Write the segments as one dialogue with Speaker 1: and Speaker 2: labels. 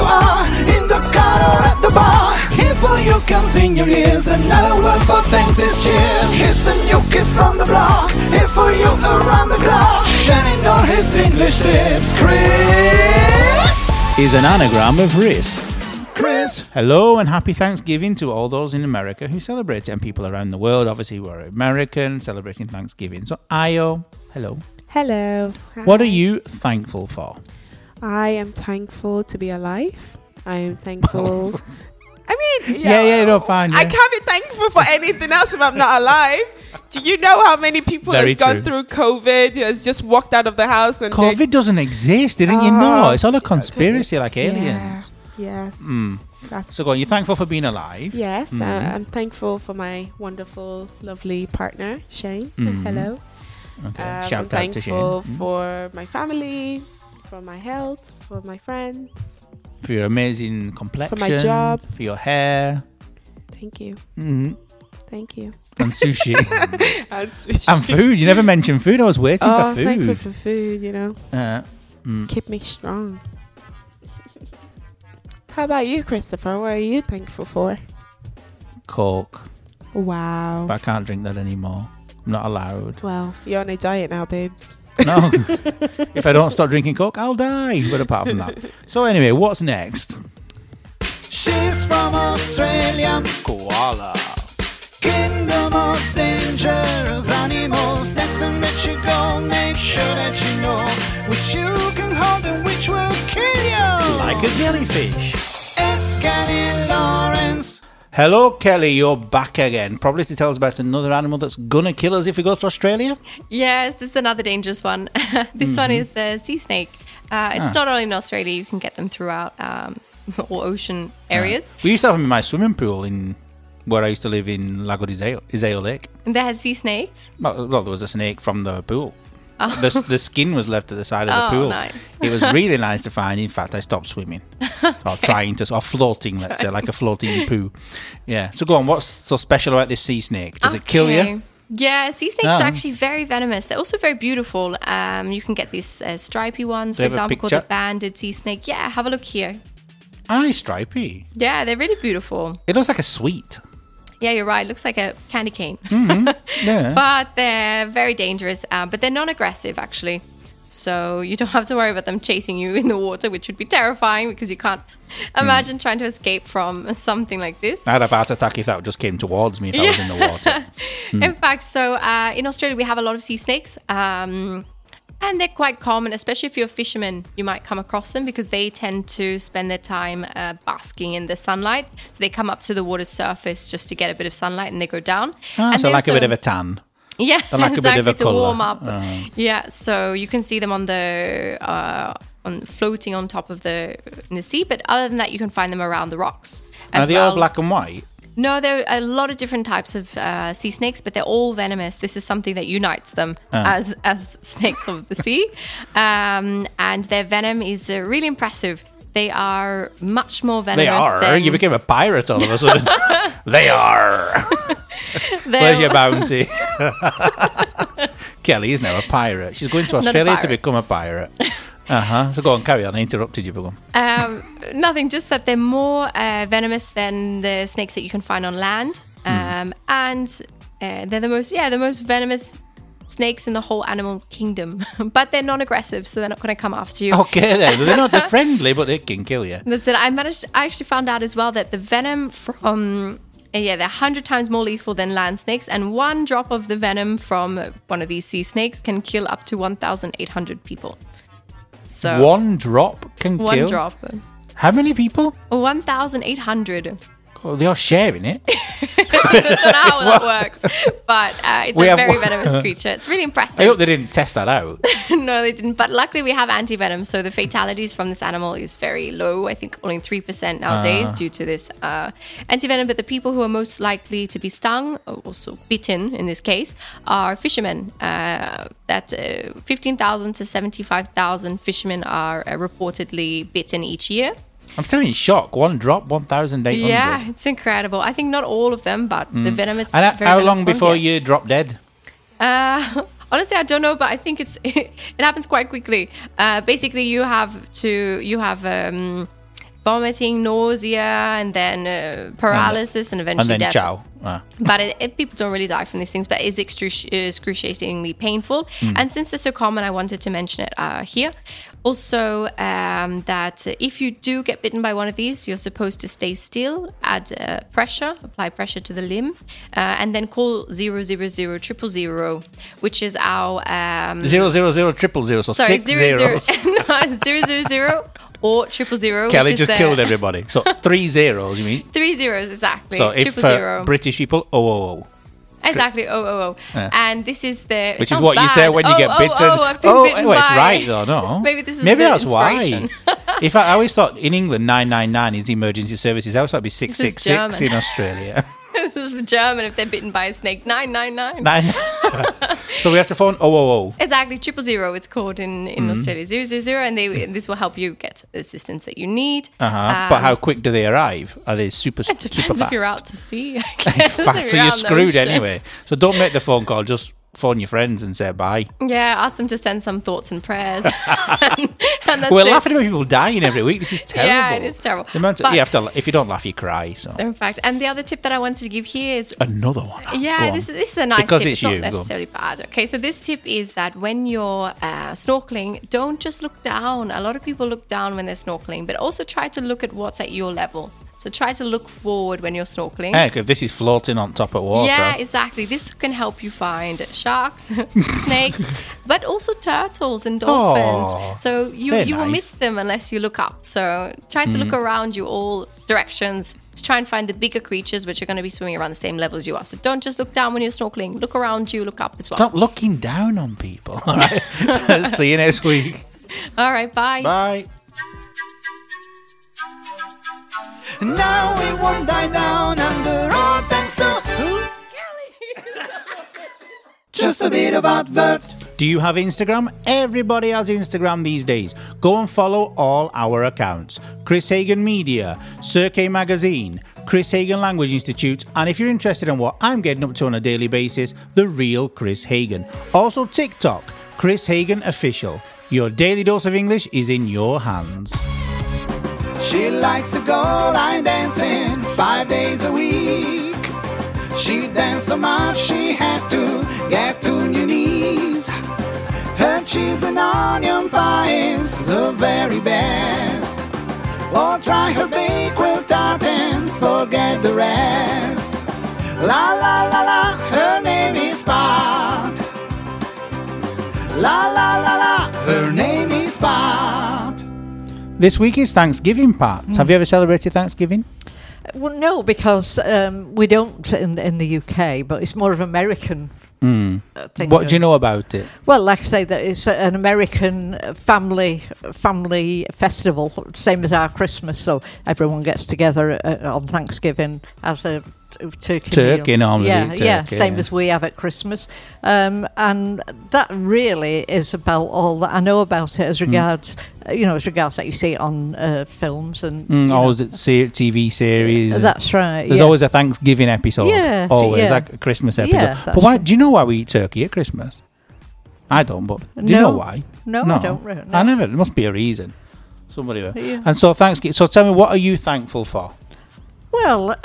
Speaker 1: are, in the car or at the bar. Here for you comes in your ears. Another word for thanks is cheers. Here's the new kid from the block. Here for you around the clock. Shining all his English tips. Chris.
Speaker 2: Is an anagram of risk.
Speaker 1: Chris.
Speaker 2: Hello and happy Thanksgiving to all those in America who celebrate it and people around the world, obviously, who are American, celebrating Thanksgiving. So, Ayo, hello.
Speaker 3: Hello.
Speaker 2: What are you thankful for?
Speaker 3: I am thankful to be alive. I am thankful. I mean,
Speaker 2: Yeah, yeah, no, fine,
Speaker 3: I
Speaker 2: yeah.
Speaker 3: can't be thankful for anything else if I'm not alive. Do you know how many people
Speaker 2: Very
Speaker 3: has gone
Speaker 2: true.
Speaker 3: through COVID, has just walked out of the house and they-
Speaker 2: COVID doesn't exist, didn't you know?
Speaker 3: Oh,
Speaker 2: It's all a conspiracy like
Speaker 3: Yeah.
Speaker 2: aliens.
Speaker 3: Yes.
Speaker 2: Mm.
Speaker 3: That's-
Speaker 2: So, go on, you're thankful for being alive.
Speaker 3: Yes,
Speaker 2: Mhm.
Speaker 3: I, I'm thankful for my wonderful, lovely partner, Shane.
Speaker 2: Mhm.
Speaker 3: Hello.
Speaker 2: Okay.
Speaker 3: Um,
Speaker 2: Shout
Speaker 3: I'm
Speaker 2: out to Shane.
Speaker 3: thankful
Speaker 2: Mm.
Speaker 3: for my family, for my health, for my friends.
Speaker 2: For your amazing complexion.
Speaker 3: job.
Speaker 2: For your hair.
Speaker 3: Thank you.
Speaker 2: Mm.
Speaker 3: Thank you.
Speaker 2: And sushi.
Speaker 3: And sushi.
Speaker 2: and food. You never mentioned food. I was waiting
Speaker 3: oh,
Speaker 2: for
Speaker 3: thankful
Speaker 2: food.
Speaker 3: for food, you know.
Speaker 2: Uh, mm.
Speaker 3: Keep me strong. How about you, Christopher? What are you thankful for?
Speaker 2: Coke.
Speaker 3: Wow.
Speaker 2: But I can't drink that anymore. I'm not allowed.
Speaker 3: Well, you're on a diet now, babes.
Speaker 2: No. if I don't stop drinking Coke, I'll die. But apart from that. So, anyway, what's next?
Speaker 1: She's from Australia. Koala. Kingdom of dangerous animals. Next time that you go, make sure that you know which you can hold and which will kill you.
Speaker 2: Like a jellyfish.
Speaker 1: It's Kenny Lawrence.
Speaker 2: Hello, Kelly. You're back again. Probably to tell us about another animal that's gonna kill us if we go to Australia.
Speaker 4: Yes, this is another dangerous one. this one is the sea snake. Uh,
Speaker 2: Mm-hmm.
Speaker 4: it's
Speaker 2: Ah.
Speaker 4: not only in Australia, you can get them throughout um, all ocean
Speaker 2: Ah.
Speaker 4: areas.
Speaker 2: We used to have them in my swimming pool in where I used to live in Lago di Iseo, Iseo Lake.
Speaker 4: And they had sea snakes.
Speaker 2: Well, well, there was a snake from the pool. The, s- the skin was left at the side of the
Speaker 4: Oh,
Speaker 2: pool.
Speaker 4: nice.
Speaker 2: it was really nice to find. In fact, I stopped swimming or trying to, or floating, let's say, like a floating poo. Yeah. So go on. What's so special about this sea snake? Does it kill
Speaker 4: Okay.
Speaker 2: you?
Speaker 4: Yeah, sea snakes
Speaker 2: Ah.
Speaker 4: are actually very venomous. They're also very beautiful. Um, you can get these uh, stripy ones,
Speaker 2: Do
Speaker 4: for
Speaker 2: you have a
Speaker 4: example, called the
Speaker 2: picture?
Speaker 4: banded sea snake. Yeah, have a look here.
Speaker 2: Aye, stripy.
Speaker 4: Yeah, they're really beautiful.
Speaker 2: It looks like a sweet.
Speaker 4: Yeah, you're right. Looks like a candy cane.
Speaker 2: Yeah.
Speaker 4: but they're very dangerous. Uh, but they're non-aggressive actually, so you don't have to worry about them chasing you in the water, which would be terrifying because you can't
Speaker 2: Hmm.
Speaker 4: imagine trying to escape from something like this.
Speaker 2: I'd have a heart attack if that just came towards me if I was in the water.
Speaker 4: In fact, so uh, in Australia we have a lot of sea snakes. Um, and they're quite common, especially if you're a fisherman, you might come across them because they tend to spend their time uh, basking in the sunlight. So they come up to the water's surface just to get a bit of sunlight and they go down.
Speaker 2: Ah,
Speaker 4: and
Speaker 2: so
Speaker 4: they
Speaker 2: like a
Speaker 4: also-
Speaker 2: bit of a tan.
Speaker 4: Yeah,
Speaker 2: like a bit
Speaker 4: exactly
Speaker 2: of a
Speaker 4: to
Speaker 2: colour.
Speaker 4: warm up. Yeah, so you can see them on the uh, on floating on top of the in the sea, but other than that, you can find them around the rocks.
Speaker 2: And are
Speaker 4: as
Speaker 2: they
Speaker 4: well.
Speaker 2: all black and white?
Speaker 4: No, there are a lot of different types of uh, sea snakes, but they're all venomous. This is something that unites them
Speaker 2: Ah.
Speaker 4: as as snakes of the sea, um, and their venom is uh, really impressive. They are much more venomous.
Speaker 2: They are.
Speaker 4: Than
Speaker 2: You became a pirate all of a sudden. they are.
Speaker 4: they're-
Speaker 2: Where's your bounty? Kelly is now a pirate. She's going to
Speaker 4: a
Speaker 2: Australia to
Speaker 4: pirate.
Speaker 2: become a pirate. Uh huh. So go on, carry on. I interrupted you, but go on.
Speaker 4: um, nothing, just that they're more uh, venomous than the snakes that you can find on land,
Speaker 2: Hmm.
Speaker 4: um, and uh, they're the most yeah the most venomous snakes in the whole animal kingdom. but they're non-aggressive, so they're not going to come after you.
Speaker 2: Okay, then. They're not they're friendly, but they can kill you.
Speaker 4: That's it. I managed. I actually found out as well that the venom from uh, yeah, they're hundred times more lethal than land snakes, and one drop of the venom from uh, one of these sea snakes can kill up to one thousand eight hundred people. So
Speaker 2: One drop can
Speaker 4: one
Speaker 2: kill.
Speaker 4: drop,
Speaker 2: How many people?
Speaker 4: one thousand eight hundred.
Speaker 2: Oh, they are sharing it.
Speaker 4: I don't know how that works, but uh, it's
Speaker 2: We
Speaker 4: a
Speaker 2: have
Speaker 4: very
Speaker 2: one-
Speaker 4: venomous creature. It's really
Speaker 2: I hope
Speaker 4: impressive.
Speaker 2: they didn't test that out.
Speaker 4: no, they didn't. But luckily, we have anti venom, so the fatalities from this animal is very low. I think only three percent nowadays
Speaker 2: Ah.
Speaker 4: due to this uh, anti venom. But the people who are most likely to be stung, or also bitten in this case, are fishermen. Uh, that uh, fifteen thousand to seventy five thousand fishermen are uh, reportedly bitten each year.
Speaker 2: I'm still in shock. One drop, 1,800.
Speaker 4: Yeah, it's incredible. I think not all of them, but the venomous.
Speaker 2: Mm. And
Speaker 4: very
Speaker 2: how- how
Speaker 4: venomous
Speaker 2: long
Speaker 4: ones,
Speaker 2: before
Speaker 4: yes.
Speaker 2: you drop dead?
Speaker 4: Uh, honestly, I don't know, but I think it's it happens quite quickly. Uh, basically, you have to you have um, vomiting, nausea, and then uh, paralysis, and,
Speaker 2: And
Speaker 4: eventually
Speaker 2: then
Speaker 4: death.
Speaker 2: ciao. Ah.
Speaker 4: But it, it, people don't really die from these things, but it's excruci- excruciatingly painful.
Speaker 2: Mm.
Speaker 4: And since they're so common, I wanted to mention it uh, here. Also, um, that if you do get bitten by one of these, you're supposed to stay still, add uh, pressure, apply pressure to the limb, uh, and then call 000 which is our. Um,
Speaker 2: Zero zero zero triple zero. So
Speaker 4: sorry,
Speaker 2: six
Speaker 4: zero, zero,
Speaker 2: zeros.
Speaker 4: no, zero, zero, zero or triple zero.
Speaker 2: Kelly
Speaker 4: which is
Speaker 2: just
Speaker 4: the-
Speaker 2: killed everybody. So three zeros, you mean?
Speaker 4: Three zeros, exactly.
Speaker 2: So if
Speaker 4: triple
Speaker 2: uh,
Speaker 4: zero.
Speaker 2: British people, oh, oh, oh.
Speaker 4: Exactly. Oh, oh, oh.
Speaker 2: Yeah.
Speaker 4: And this is the it
Speaker 2: Which is
Speaker 4: sounds
Speaker 2: what you say
Speaker 4: bad.
Speaker 2: when you
Speaker 4: Oh,
Speaker 2: get
Speaker 4: oh,
Speaker 2: bitten.
Speaker 4: Oh, I've been bitten
Speaker 2: well, it's
Speaker 4: by-
Speaker 2: right though, no?
Speaker 4: Maybe this is
Speaker 2: Maybe
Speaker 4: the
Speaker 2: that's why.
Speaker 4: inspiration.
Speaker 2: In fact, I always thought in England nine nine nine is emergency services. I always thought it'd be six
Speaker 4: is
Speaker 2: six six
Speaker 4: German.
Speaker 2: in Australia.
Speaker 4: this is for German if they're bitten by a snake. Nine nine nine.
Speaker 2: Nine. so we have to phone oh oh oh.
Speaker 4: Exactly, triple zero. It's called in,
Speaker 2: Mm-hmm.
Speaker 4: in Australia zero zero zero, and they this will help you get the assistance that you need.
Speaker 2: Uh-huh.
Speaker 4: Um,
Speaker 2: but how quick do they arrive? Are they super
Speaker 4: It
Speaker 2: super
Speaker 4: depends
Speaker 2: fast?
Speaker 4: if you're out to sea. I guess, if
Speaker 2: fast, so you're
Speaker 4: out on the
Speaker 2: screwed
Speaker 4: ocean.
Speaker 2: anyway. So don't make the phone call. Just phone your friends and say bye.
Speaker 4: Yeah, ask them to send some thoughts and prayers. and, that's
Speaker 2: We're
Speaker 4: it.
Speaker 2: laughing about people dying every week. This is terrible.
Speaker 4: Yeah, it is terrible.
Speaker 2: The amount of-
Speaker 4: But-
Speaker 2: you have to, if you don't laugh, you cry. So
Speaker 4: In fact, and the other tip that I wanted to give here is
Speaker 2: another one. Go
Speaker 4: Yeah,
Speaker 2: on.
Speaker 4: this, this is a nice
Speaker 2: Because
Speaker 4: tip.
Speaker 2: it's
Speaker 4: It's, not
Speaker 2: you, go on.
Speaker 4: necessarily bad. Okay, so this tip is that when you're uh, snorkeling, don't just look down. A lot of people look down when they're snorkeling, but also try to look at what's at your level. So try to look forward when you're snorkeling.
Speaker 2: Heck, if this is floating on top of water.
Speaker 4: Yeah, exactly. This can help you find sharks, snakes, but also turtles and dolphins.
Speaker 2: Aw,
Speaker 4: so you
Speaker 2: they're
Speaker 4: you
Speaker 2: nice.
Speaker 4: will
Speaker 2: Mm-hmm.
Speaker 4: miss them unless you look up. So try to look around you all directions to try and find the bigger creatures which are going to be swimming around the same level as you are. So don't just look down when you're snorkeling. Look around you, look up as well.
Speaker 2: Stop looking down on people. All right. See you next week.
Speaker 4: All right,
Speaker 2: Bye.
Speaker 1: Now we won't die down under all thanks to just a bit of advert.
Speaker 2: Do you have Instagram? Everybody has Instagram these days. Go and follow all our accounts Chris Hagen Media, Cirque Magazine, Chris Hagen Language Institute, and if you're interested in what I'm getting up to on a daily basis, The Real Chris Hagen. Also, TikTok, Chris Hagen Official. Your daily dose of English is in your hands.
Speaker 1: She likes to go line dancing five days a week. She danced so much she had to get to new knees. Her cheese and onion pie is the very best. Or try her big quill tart and forget the rest. La la la la, her name is Pat. La la la la, her name is Pat.
Speaker 2: This week is Thanksgiving, Pat.
Speaker 5: Hmm.
Speaker 2: Have you ever celebrated Thanksgiving?
Speaker 5: Well, no, because um, we don't in, in the UK, but it's more of American. uh,
Speaker 2: Hmm.
Speaker 5: Thing
Speaker 2: What do you know about it?
Speaker 5: Well, like I say, that it's an American uh, family family festival, same as our Christmas. So everyone gets together uh, on Thanksgiving as a t- turkey.
Speaker 2: Turkey
Speaker 5: meal.
Speaker 2: normally,
Speaker 5: yeah, yeah,
Speaker 2: turkey,
Speaker 5: same
Speaker 2: yeah.
Speaker 5: as we have at Christmas. Um, and that really is about all that I know about it as
Speaker 2: Hmm.
Speaker 5: regards, uh, you know, as regards that you see on uh, films and. you
Speaker 2: Mm,
Speaker 5: know.
Speaker 2: or is it se- TV series? and-
Speaker 5: that's right.
Speaker 2: uh, There's
Speaker 5: yeah.
Speaker 2: always a Thanksgiving episode.
Speaker 5: Yeah,
Speaker 2: always
Speaker 5: yeah.
Speaker 2: like a Christmas episode.
Speaker 5: Yeah,
Speaker 2: but why? Do you know why we eat turkey at Christmas? I don't. But do you know
Speaker 5: No.
Speaker 2: why?
Speaker 5: No, I don't really
Speaker 2: I
Speaker 5: know.
Speaker 2: never. There must be a reason. Somebody. will.
Speaker 5: Yeah.
Speaker 2: And so Thanksgiving. So tell me, what are you thankful for?
Speaker 5: Well,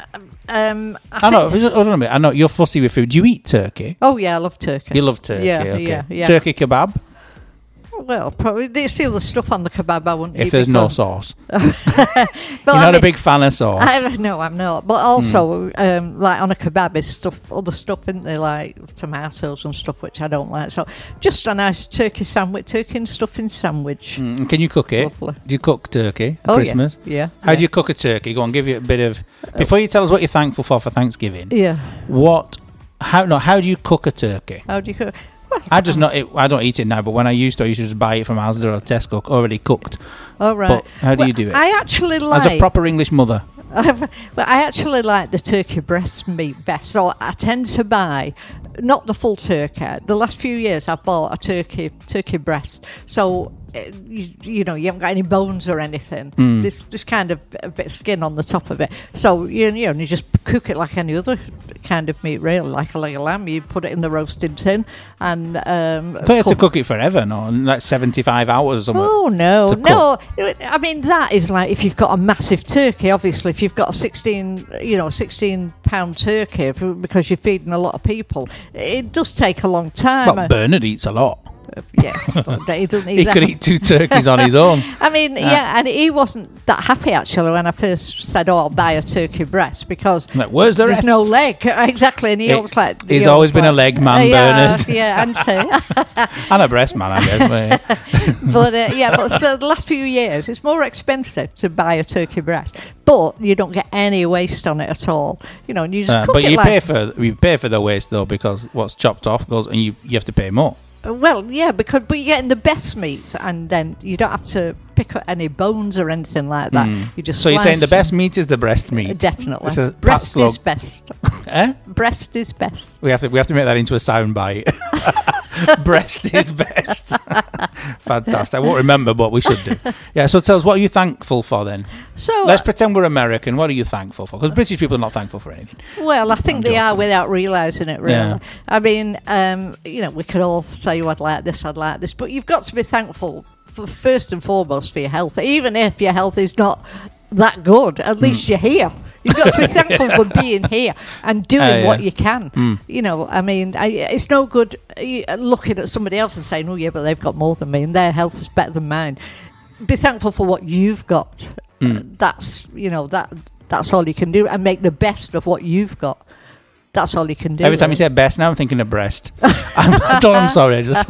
Speaker 5: um,
Speaker 2: I,
Speaker 5: I,
Speaker 2: know.
Speaker 5: think-
Speaker 2: Hold on a minute. I know you're fussy with food. Do you eat turkey?
Speaker 5: oh yeah, I love turkey.
Speaker 2: You love turkey.
Speaker 5: Yeah,
Speaker 2: okay.
Speaker 5: yeah, yeah.
Speaker 2: Turkey kebab.
Speaker 5: Well, probably it's the other stuff on the kebab. I wouldn't.
Speaker 2: If
Speaker 5: eat
Speaker 2: there's no
Speaker 5: before.
Speaker 2: sauce,
Speaker 5: But
Speaker 2: you're
Speaker 5: I
Speaker 2: not a
Speaker 5: mean-
Speaker 2: big fan of sauce. Hmm.
Speaker 5: I, no, I'm not. But also, um, like on a kebab, is stuff other stuff, isn't there? Like tomatoes and stuff, which I don't like. So just a nice turkey sandwich, turkey and stuffing sandwich.
Speaker 2: Mm, Can you cook it?
Speaker 5: Lovely.
Speaker 2: Do you cook turkey at
Speaker 5: Oh, yeah.
Speaker 2: Christmas?
Speaker 5: Yeah.
Speaker 2: How
Speaker 5: yeah. Uh,
Speaker 2: do you cook a turkey? Go on, give you a bit of before you tell us what you're thankful for for Thanksgiving.
Speaker 5: Yeah.
Speaker 2: What? How? No, how do you cook a turkey?
Speaker 5: How do you cook?
Speaker 2: I
Speaker 5: Um,
Speaker 2: just not. It, I don't eat it now, but when I used to, I used to just buy it from Asda or Tesco, already cooked.
Speaker 5: All right.
Speaker 2: But how do you do it?
Speaker 5: I actually like.
Speaker 2: As a proper English mother,
Speaker 5: I've, well, I actually like the turkey breast meat best, so I tend to buy not the full turkey. The last few years, I bought a turkey turkey breast, so eh, you, you know you haven't got any bones or anything.
Speaker 2: Mm.
Speaker 5: This this kind of a bit of skin on the top of it, so you you know you just cook it like any other kind of meat, really, like a leg of lamb. You put it in the roasting tin and um,
Speaker 2: I thought you had to
Speaker 5: cook-
Speaker 2: cook it forever, no, like seventy-five hours or something.
Speaker 5: Oh no,
Speaker 2: to
Speaker 5: no! I mean that is like if you've got a massive turkey. Obviously, if you've got a sixteen, you know, sixteen pound turkey f- because you're feeding a lot of people, it does take a long time.
Speaker 2: But Bernard eats a lot.
Speaker 5: yeah, but he doesn't eat
Speaker 2: He
Speaker 5: that.
Speaker 2: could eat two turkeys on his own.
Speaker 5: I mean, yeah, and he wasn't that happy actually when I first said, "Oh, I'll buy a turkey breast," because
Speaker 2: Like, where's the
Speaker 5: there's
Speaker 2: rest?
Speaker 5: no leg exactly, and he
Speaker 2: It-
Speaker 5: always like
Speaker 2: he's
Speaker 5: he
Speaker 2: always been a leg man,
Speaker 5: yeah,
Speaker 2: Bernard.
Speaker 5: Yeah, and so.
Speaker 2: and a breast man, I guess. but, yeah.
Speaker 5: but uh, yeah, but so the last few years, it's more expensive to buy a turkey breast, but you don't get any waste on it at all. You know, and you just
Speaker 2: Uh,
Speaker 5: cook
Speaker 2: but
Speaker 5: it
Speaker 2: you
Speaker 5: like
Speaker 2: pay for you pay for the waste though because what's chopped off goes, and you you have to pay more.
Speaker 5: well, yeah, because but you're getting the best meat, and then you don't have to pick up any bones or anything like that. You just
Speaker 2: Hmm. Mm. So you're saying the
Speaker 5: slice
Speaker 2: best meat is the breast
Speaker 5: them.
Speaker 2: meat?
Speaker 5: Definitely,
Speaker 2: It's a
Speaker 5: breast
Speaker 2: Patslove.
Speaker 5: is best.
Speaker 2: Eh?
Speaker 5: Breast is best.
Speaker 2: We have to we have to make that into a soundbite. breast is best. Fantastic. I won't remember, but we should do. Yeah. So tell us, what are you thankful for then?
Speaker 5: So
Speaker 2: Let's pretend we're American. What are you thankful for? Because British people are not thankful for anything.
Speaker 5: Well, I think they are without realising it, really.
Speaker 2: Yeah.
Speaker 5: I mean, um, you know, we could all say, oh, I'd like this, I'd like this, but you've got to be thankful, for, first and foremost, for your health. Even if your health is not that good, at
Speaker 2: Hmm.
Speaker 5: least you're here. You've got to be thankful for being here and doing
Speaker 2: Ah, yeah.
Speaker 5: what you can. You know, I mean, I, it's no good uh, looking at somebody else and saying, oh, yeah, but they've got more than me and their health is better than mine. Be thankful for what you've got.
Speaker 2: Hmm.
Speaker 5: That's, you know, that that's all you can do and make the best of what you've got. That's all you can do.
Speaker 2: Every time you say best, now I'm thinking of breast. I'm, I don't- I'm sorry. I just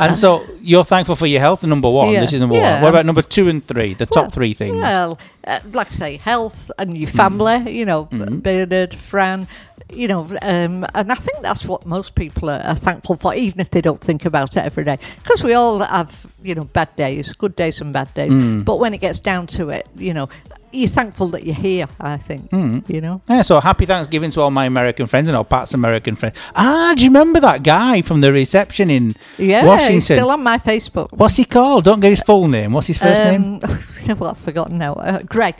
Speaker 2: and so you're thankful for your health. Number one.
Speaker 5: Yeah.
Speaker 2: This is number one.
Speaker 5: Yeah.
Speaker 2: What about number two and three? The top
Speaker 5: Well,
Speaker 2: three things.
Speaker 5: Well, uh, like I say, health and your family,
Speaker 2: Mm.
Speaker 5: you know,
Speaker 2: Mm-hmm.
Speaker 5: Bernard, Fran, you know, um, and I think that's what most people are, are thankful for, even if they don't think about it every day. Because we all have, you know, bad days, good days and bad days.
Speaker 2: Mm.
Speaker 5: But when it gets down to it, you know, you're thankful that you're here, I think,
Speaker 2: Hmm.
Speaker 5: you know.
Speaker 2: Yeah, so happy Thanksgiving to all my American friends and all Pat's American friends. Ah, do you remember that guy from the reception in
Speaker 5: Yeah,
Speaker 2: Washington?
Speaker 5: he's still on my Facebook.
Speaker 2: What's he called? Don't get his full name. What's his first name?
Speaker 5: Um, well, I've forgotten now. Uh, Greg.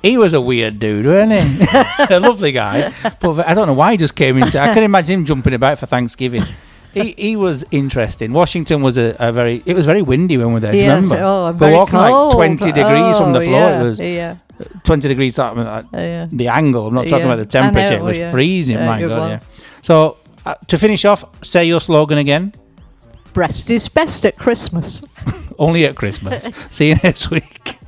Speaker 2: He was a weird dude, wasn't he? a lovely guy. But I don't know why he just came into I can imagine him jumping about for Thanksgiving. He, he was interesting. Washington was a, a very. It was very windy when we were there.
Speaker 5: Yes,
Speaker 2: do you remember?
Speaker 5: oh,
Speaker 2: we
Speaker 5: I'm
Speaker 2: were
Speaker 5: very
Speaker 2: walking
Speaker 5: cold.
Speaker 2: like twenty degrees from the
Speaker 5: Oh,
Speaker 2: floor.
Speaker 5: yeah,
Speaker 2: It was
Speaker 5: yeah,
Speaker 2: twenty degrees. I mean, like,
Speaker 5: yeah.
Speaker 2: the angle. I'm not talking
Speaker 5: Yeah.
Speaker 2: about the temperature.
Speaker 5: I know,
Speaker 2: it was
Speaker 5: yeah.
Speaker 2: freezing.
Speaker 5: Yeah,
Speaker 2: my
Speaker 5: good
Speaker 2: God.
Speaker 5: one.
Speaker 2: Yeah. So uh, to finish off, say your slogan again.
Speaker 5: Breast is best at Christmas.
Speaker 2: Only at Christmas. See you next week.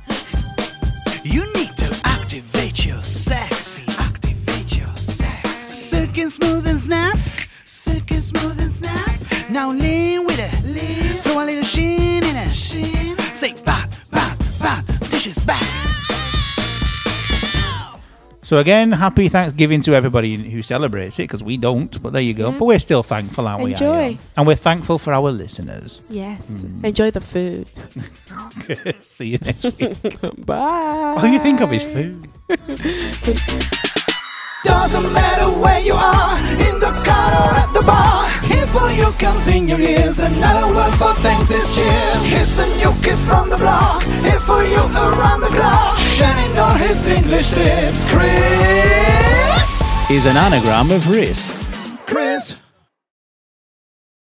Speaker 1: You need to activate your sexy. Activate your sexy. Silk and smooth and snap. Silk and smooth and snap. Now lean with it. Lean. Throw a little sheen in it. Sheen. Say bat, bat, bat. Dishes back.
Speaker 2: So again, happy Thanksgiving to everybody who celebrates it because we don't. But there you go. But we're still thankful, aren't we?
Speaker 3: Enjoy.
Speaker 2: Ariel? And we're thankful for our listeners.
Speaker 3: Yes.
Speaker 2: Mm.
Speaker 3: Enjoy the food.
Speaker 2: See you next week.
Speaker 3: Bye.
Speaker 2: What do you think of his food?
Speaker 1: Doesn't matter where you are, in the car or at the bar. Here for you comes in your ears. Another word for thanks is cheers. Here's the new kid from the block. Here for you around the clock. Sharing all his English tips. Chris.
Speaker 2: Is an anagram of risk.
Speaker 1: Chris.